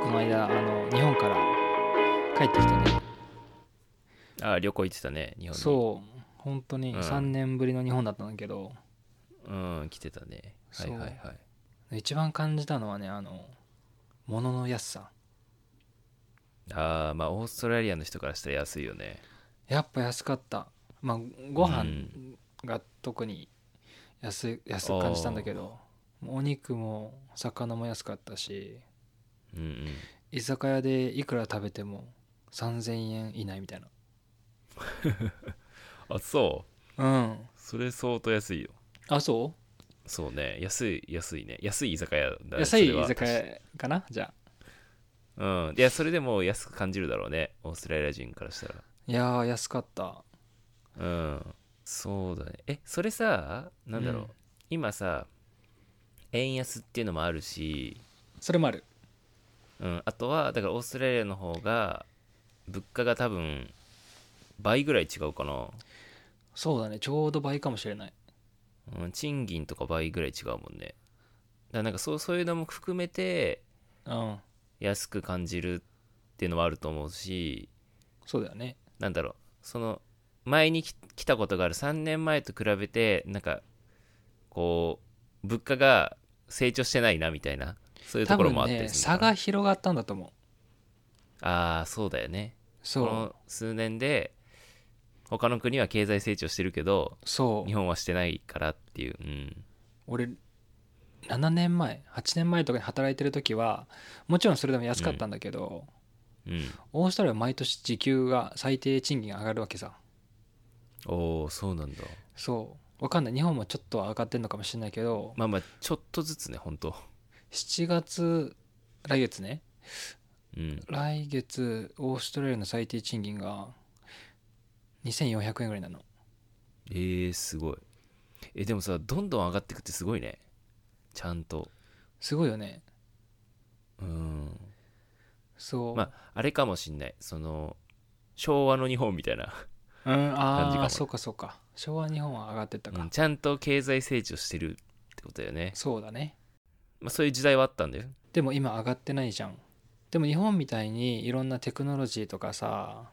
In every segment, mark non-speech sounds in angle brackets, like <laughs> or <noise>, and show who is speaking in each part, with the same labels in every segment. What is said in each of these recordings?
Speaker 1: この間あの日本から帰ってきてね
Speaker 2: あー旅行行ってたね日本に
Speaker 1: そう本当に
Speaker 2: うん
Speaker 1: 3年ぶりの日本だったんだけど、
Speaker 2: ううん来てたねはいはいはい
Speaker 1: 一番感じたのはねあの物の安さ
Speaker 2: ああまあオーストラリアの人からしたら安いよね
Speaker 1: やっぱ安かったまあご
Speaker 2: う
Speaker 1: 飯
Speaker 2: ん
Speaker 1: が特に安い安く感じたんだけどお肉も魚も安かったし
Speaker 2: うんうん
Speaker 1: 居酒屋でいくら食べても3000円以内みたい
Speaker 2: あそう
Speaker 1: なうん
Speaker 2: それ相当安いよ
Speaker 1: あそ
Speaker 2: そうね安い安いね安い居酒屋
Speaker 1: う
Speaker 2: だね
Speaker 1: 安い
Speaker 2: それ
Speaker 1: 居
Speaker 2: は
Speaker 1: 酒屋かなじゃあ
Speaker 2: うんいやそれでも安く感じるだろうねオーストラリア人からしたら
Speaker 1: いやー安かった
Speaker 2: うんそうだねえそれさなんだろう、
Speaker 1: うん
Speaker 2: 今さ円安っていうのもあるし、
Speaker 1: それもある
Speaker 2: うん、あとはだからオーストラリアの方が物価が多分倍ぐらい違うかな、
Speaker 1: そうだねちょうど倍かもしれない
Speaker 2: うん、賃金とか倍ぐらい違うもんねだからなんかそうそういうのも含めて
Speaker 1: うん
Speaker 2: 安く感じるっていうのもあると思うし
Speaker 1: そうだよね
Speaker 2: なんだろうその前にき来たことがある3年前と比べてなんかこう物価が成長してないなみたいなそういうと
Speaker 1: 多
Speaker 2: ころ
Speaker 1: 分
Speaker 2: もあって、
Speaker 1: ね差が広がったんだと思う
Speaker 2: ああそうだよねこ
Speaker 1: そう
Speaker 2: の数年で他の国は経済成長してるけど
Speaker 1: そう
Speaker 2: 日本はしてないからっていう、うん、
Speaker 1: 俺7年前8年前とかに働いてる時はもちろんそれでも安かったんだけど、
Speaker 2: うん、
Speaker 1: オーストラリアは毎年時給が最低賃金が上がるわけさ
Speaker 2: おおそうなんだ
Speaker 1: そうわかんない日本もちょっとは上がってんのかもしれないけど
Speaker 2: まあまあちょっとずつね本当
Speaker 1: 7月来月ね
Speaker 2: うん
Speaker 1: 来月オーストラリアの最低賃金が2400円ぐらいなの
Speaker 2: えー、すごいえでもさどんどん上がってくってすごいねちゃんと
Speaker 1: すごいよね
Speaker 2: うん
Speaker 1: そう、
Speaker 2: まああれかもしんないその昭和の日本みたいな、
Speaker 1: うん
Speaker 2: 感じか
Speaker 1: ああ
Speaker 2: も
Speaker 1: そうかそうか昭和日本は上がってったか、
Speaker 2: うんちゃんと経済成長してるってことだよね、
Speaker 1: そうだね
Speaker 2: まあ、そういう時代はあったんだよ
Speaker 1: でも今上がってないじゃんでも日本みたいにいろんなテクノロジーとかさ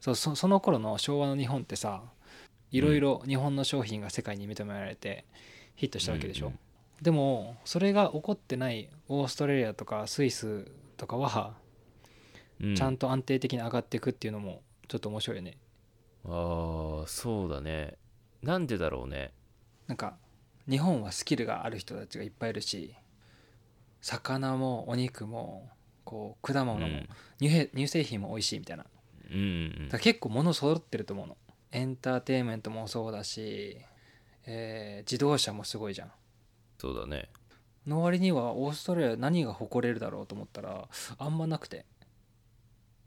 Speaker 1: そうそその頃の昭和の日本ってさいろいろ日本の商品が世界に認められてヒットしたわけでしょ、
Speaker 2: うんうん
Speaker 1: でもそれが起こってないオーストラリアとかスイスとかは
Speaker 2: う
Speaker 1: ちゃんと安定的に上がっていくっていうのもちょっと面白いよね
Speaker 2: ああそうだねなんでだろうね
Speaker 1: なんか日本はスキルがある人たちがいっぱいいるし魚もお肉もこう果
Speaker 2: う
Speaker 1: 物
Speaker 2: ん
Speaker 1: も乳へ乳製品も美味しいみたいな
Speaker 2: うんうん
Speaker 1: だから結構物揃ってると思うのエンターテインメントもそうだし、えー自動車もすごいじゃん
Speaker 2: そうだね
Speaker 1: の割にはオーストラリア何が誇れるだろうと思ったらあんまなくて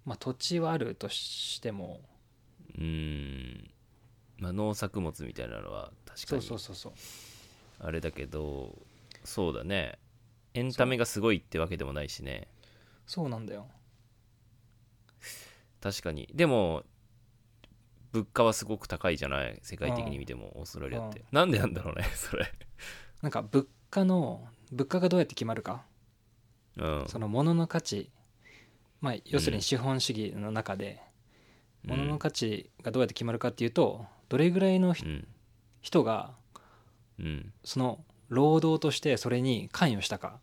Speaker 1: まあ土地はあるとしても
Speaker 2: うんまあ農作物みたいなのは確か
Speaker 1: そう
Speaker 2: に
Speaker 1: そうそうそう
Speaker 2: あれだけどそうだねエンタメがすごいってわけでもないしね
Speaker 1: そうなんだよ
Speaker 2: 確かにでも物価はすごく高いじゃない世界的に見てもオーストラリアって、
Speaker 1: うん
Speaker 2: なんでなんだろうね <laughs> それ
Speaker 1: なんか物価の物価がどうやって決まるか
Speaker 2: うん
Speaker 1: その物の価値まあ要するに資本主義の中で
Speaker 2: うん
Speaker 1: 物の価値がどうやって決まるかっていうとどれぐらいの
Speaker 2: う
Speaker 1: ひ
Speaker 2: ん
Speaker 1: 人が
Speaker 2: うん
Speaker 1: その労働としてそれに関与したか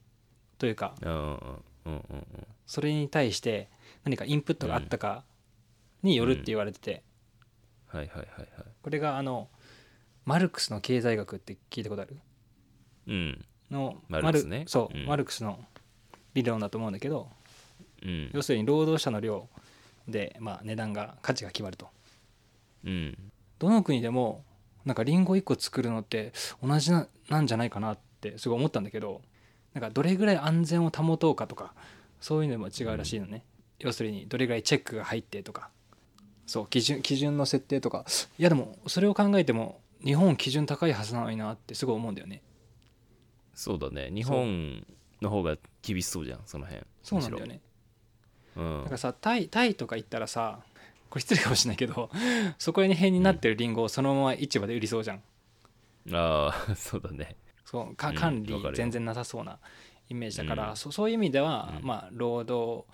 Speaker 1: というか
Speaker 2: うんうんうんうん
Speaker 1: それに対して何かインプットがあったかによるって言われてて、
Speaker 2: はいはいはいはい
Speaker 1: これがあのマルクスの経済学って聞いたことある
Speaker 2: うん
Speaker 1: の
Speaker 2: マルクスね
Speaker 1: そう、
Speaker 2: うん
Speaker 1: マルクスの理論だと思うんだけど
Speaker 2: うん
Speaker 1: 要するに労働者の量で、まあ、値段が価値が決まると
Speaker 2: うん
Speaker 1: どの国でもなんかリンゴ1個作るのって同じななんじゃないかなってすごい思ったんだけどなんかどれぐらい安全を保とうかとかそういうのも違うらしいのね、要するにどれぐらいチェックが入ってとかそう基準基準の設定とかいやでもそれを考えても日本基準高いはずなのになってすごい思うんだよね
Speaker 2: そうだね日本の方が厳しそうじゃんその辺
Speaker 1: そうなんだよね
Speaker 2: むしろうん
Speaker 1: なんかさタイタイとか行ったらさこれ失礼かもしれないけどそこら辺になってるリンゴをそのまま市場で売りそうじゃん
Speaker 2: ああ <laughs> そうだね
Speaker 1: そうか
Speaker 2: うん
Speaker 1: 管理
Speaker 2: わかるよ
Speaker 1: 全然なさそうなイメージだから、
Speaker 2: うん
Speaker 1: そそういう意味では、
Speaker 2: うん
Speaker 1: まあ労働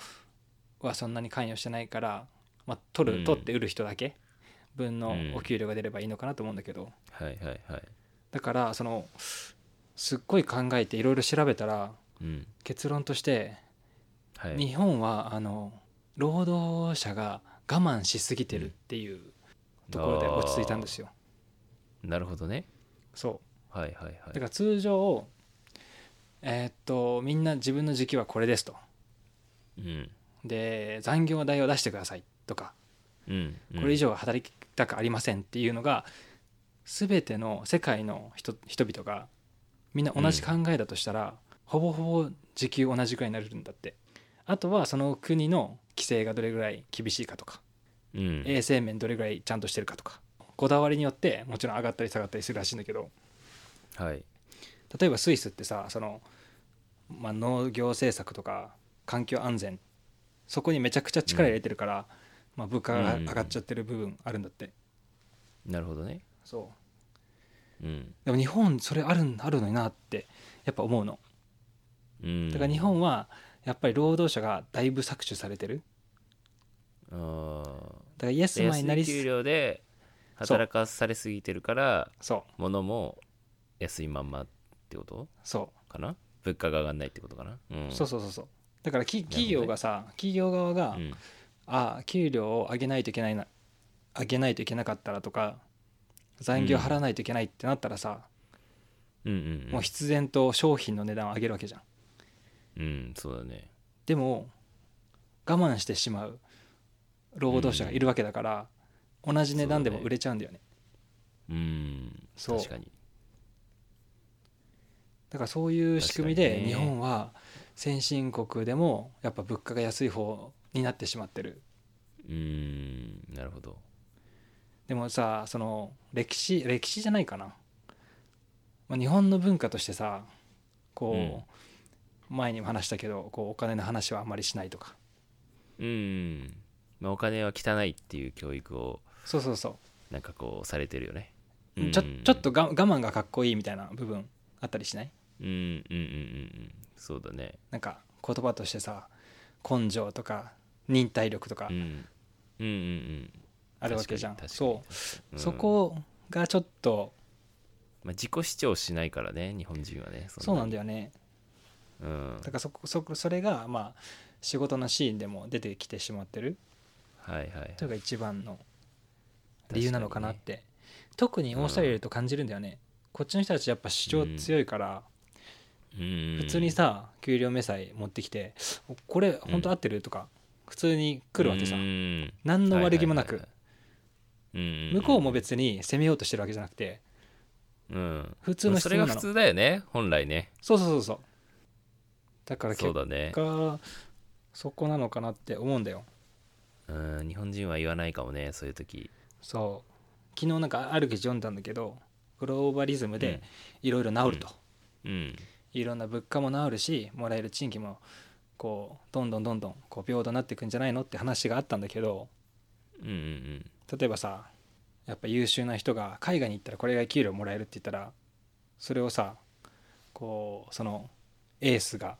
Speaker 1: はそんなに関与してないから、まあ、取る、
Speaker 2: うん
Speaker 1: 取って売る人だけ分の
Speaker 2: うん
Speaker 1: お給料が出ればいいのかなと思うんだけど
Speaker 2: はいはいはい
Speaker 1: だからそのすっごい考えていろいろ調べたら
Speaker 2: うん
Speaker 1: 結論として
Speaker 2: はい
Speaker 1: 日本はあの労働者が我慢しすぎてるっていうところで落ち着いたんですよ。
Speaker 2: なるほどね
Speaker 1: そ
Speaker 2: はいはいは
Speaker 1: うだ
Speaker 2: い
Speaker 1: から通常えーっとみんな自分の時期はこれですと
Speaker 2: うん
Speaker 1: で残業代を出してくださいとか
Speaker 2: うんうん
Speaker 1: これ以上は働きたくありませんっていうのが全ての世界の人人々がみんな同じ考えだとしたら、ほぼほぼ時給同じくらいになるんだってあとはその国の規制がどれぐらい厳しいかとか
Speaker 2: うん
Speaker 1: 衛生面どれぐらいちゃんとしてるかとかこだわりによってもちろん上がったり下がったりするらしいんだけど
Speaker 2: はい
Speaker 1: 例えばスイスってさその、まあ、農業政策とか環境安全そこにめちゃくちゃ力入れてるから、まあ、物価が上がっちゃってる部分あるんだって、
Speaker 2: なるほどね
Speaker 1: そう
Speaker 2: うん
Speaker 1: でも日本それあるんあるのになってやっぱ思うの
Speaker 2: うん
Speaker 1: だから日本はやっぱり労働者がだいぶ搾取されてる
Speaker 2: ああ
Speaker 1: だからイエスマ
Speaker 2: 安
Speaker 1: ンになり
Speaker 2: い
Speaker 1: す
Speaker 2: 給料で働かされすぎてるから
Speaker 1: そう
Speaker 2: 物も安いまんまってこと
Speaker 1: そう
Speaker 2: かな物価が上がんないってことかな、うん、
Speaker 1: そうそうそうそうだからき企業がさ、企業側が、
Speaker 2: うん
Speaker 1: ああ給料を上げないといけないな上げないといけなかったらとか残業払わないといけないってなったらさ、
Speaker 2: うんうん
Speaker 1: もう必然と商品の値段を上げるわけじゃん
Speaker 2: うん、うん、そうだね
Speaker 1: でも我慢してしまう労働者がいるわけだから、同じ値段でも売れちゃうんだよね
Speaker 2: うん
Speaker 1: そう
Speaker 2: 確かに
Speaker 1: だからそういう仕組みで
Speaker 2: 確かに
Speaker 1: 日
Speaker 2: ね
Speaker 1: 本は先進国でもやっぱ物価が安い方になってしまってる
Speaker 2: うんなるほど
Speaker 1: でもさその歴史歴史じゃないかな、まあ、日本の文化としてさこう、前にも話したけどこうお金の話はあんまりしないとか
Speaker 2: うん、まあ、お金は汚いっていう教育を
Speaker 1: そうそうそ
Speaker 2: なんかこうされてるよね
Speaker 1: う、
Speaker 2: うん
Speaker 1: ちょちょっとが我慢がかっこいいみたいな部分あったりしない
Speaker 2: うんうんうんうんうんそうだね
Speaker 1: なんか言葉としてさ根性とか忍耐力とか
Speaker 2: うんうんうんうん
Speaker 1: あるわけじゃん、
Speaker 2: 確かに確かに
Speaker 1: そう、
Speaker 2: うん
Speaker 1: そこがちょっと
Speaker 2: まあ、自己主張しないからね日本人はね
Speaker 1: そうなん
Speaker 2: だ
Speaker 1: だ
Speaker 2: よ、
Speaker 1: よね
Speaker 2: うん
Speaker 1: だ、からそこそこそれがまあ仕事のシーンでも出てきてしまってる
Speaker 2: はいはいはい
Speaker 1: というか一番の理由なのかなって、特にオーストラリアいると感じるんだよね、こっちの人たちやっぱ主張強いから、
Speaker 2: 普
Speaker 1: 普通にさ給料明細持ってきて「これ本当合ってる?」とか普通に来るわけさ、
Speaker 2: ん
Speaker 1: 何の悪気もなく、向
Speaker 2: 向
Speaker 1: こうも別に攻めようとしてるわけじゃなくて
Speaker 2: うん
Speaker 1: 普通の質
Speaker 2: そ
Speaker 1: 問
Speaker 2: れ
Speaker 1: な
Speaker 2: が
Speaker 1: の
Speaker 2: 普通だよね本来ね
Speaker 1: そうそうそうそうだから
Speaker 2: そ
Speaker 1: 結
Speaker 2: うだね
Speaker 1: 果そこなのかなって思うんだよ
Speaker 2: うん日本人は言わないかもねそういう時
Speaker 1: そう昨日なんかある記事読んだんだけどグローバリズムでいろいろ治ると、
Speaker 2: うん
Speaker 1: いろんな物価も治るしもらえる賃金もこうどんどんどんどんこう平等になっていくんじゃないのって話があったんだけど
Speaker 2: うんうん
Speaker 1: 例えばさやっぱ優秀な人が海外に行ったらこれが給料もらえるって言ったらそれをさこうそのエースが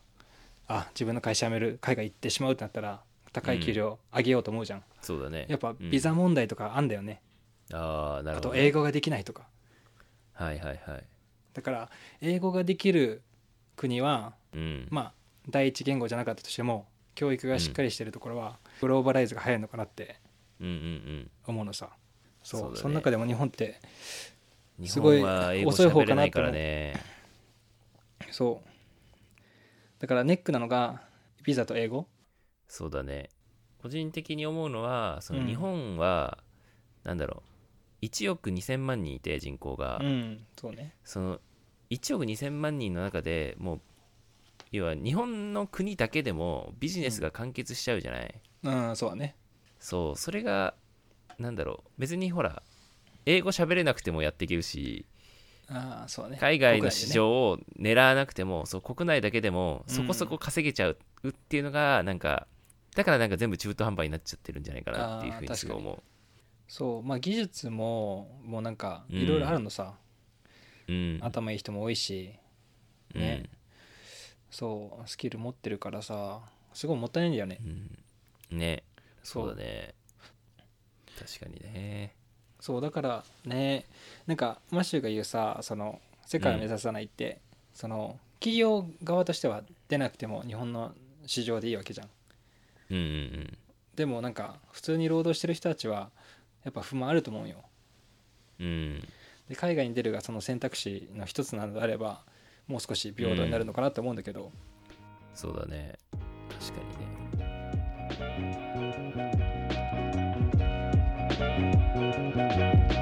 Speaker 1: あ自分の会社辞める海外行ってしまうってなったら高い給料上げようと思うじゃん、
Speaker 2: そうだね
Speaker 1: やっぱ
Speaker 2: うん
Speaker 1: ビザ問題とかあんだよね、
Speaker 2: ああなる
Speaker 1: あ
Speaker 2: ほど
Speaker 1: と英語ができないとか
Speaker 2: はいはいはい
Speaker 1: だから英語ができる国は
Speaker 2: うん
Speaker 1: まあ第一言語じゃなかったとしても教育がしっかりしてるところはグローバライズが早いのかなって
Speaker 2: うんうんうん
Speaker 1: 思うのさそう
Speaker 2: そ
Speaker 1: そう
Speaker 2: だね
Speaker 1: の中でも日本って
Speaker 2: 日
Speaker 1: すごい
Speaker 2: 本は英語喋れないからね
Speaker 1: そうだからネックなのがビザと英語
Speaker 2: そうだね個人的に思うのはそ
Speaker 1: うん
Speaker 2: の日本は、なんだろう1億2000万人いて人口が、
Speaker 1: うんそうね
Speaker 2: その1億2000万人の中でもう要は日本の国だけでもビジネスが完結しちゃうじゃない、
Speaker 1: うんそうだね
Speaker 2: そうそれがなんだろう別にほら英語喋れなくてもやっていけるし
Speaker 1: ああそうだね
Speaker 2: 海外の市場を狙わなくてもそう国内だけでもそこそこ稼げちゃうっていうのがなんかだからなんか全部中途半端になっちゃってるんじゃないかなっていうふう
Speaker 1: あー
Speaker 2: にすごい思
Speaker 1: そうまあ技術ももうなんか
Speaker 2: うん
Speaker 1: いろいろあるのさ、
Speaker 2: う。うん、
Speaker 1: 頭いい人も多いしね、そうスキル持ってるからさすごいもったいないんだよね
Speaker 2: うん、ね
Speaker 1: そう
Speaker 2: そうだね確かにね
Speaker 1: そうだからねなんかマシューが言うさその世界を目指さないって、その企業側としては出なくても日本の市場でいいわけじゃん
Speaker 2: うんうん
Speaker 1: でもなんか普通に労働してる人たちはやっぱ不満あると思うよ
Speaker 2: うんうん
Speaker 1: で海外に出るがその選択肢の一つなのであればもう少し平等になるのかなと思うんだけど、
Speaker 2: そうだね確かにね
Speaker 3: 「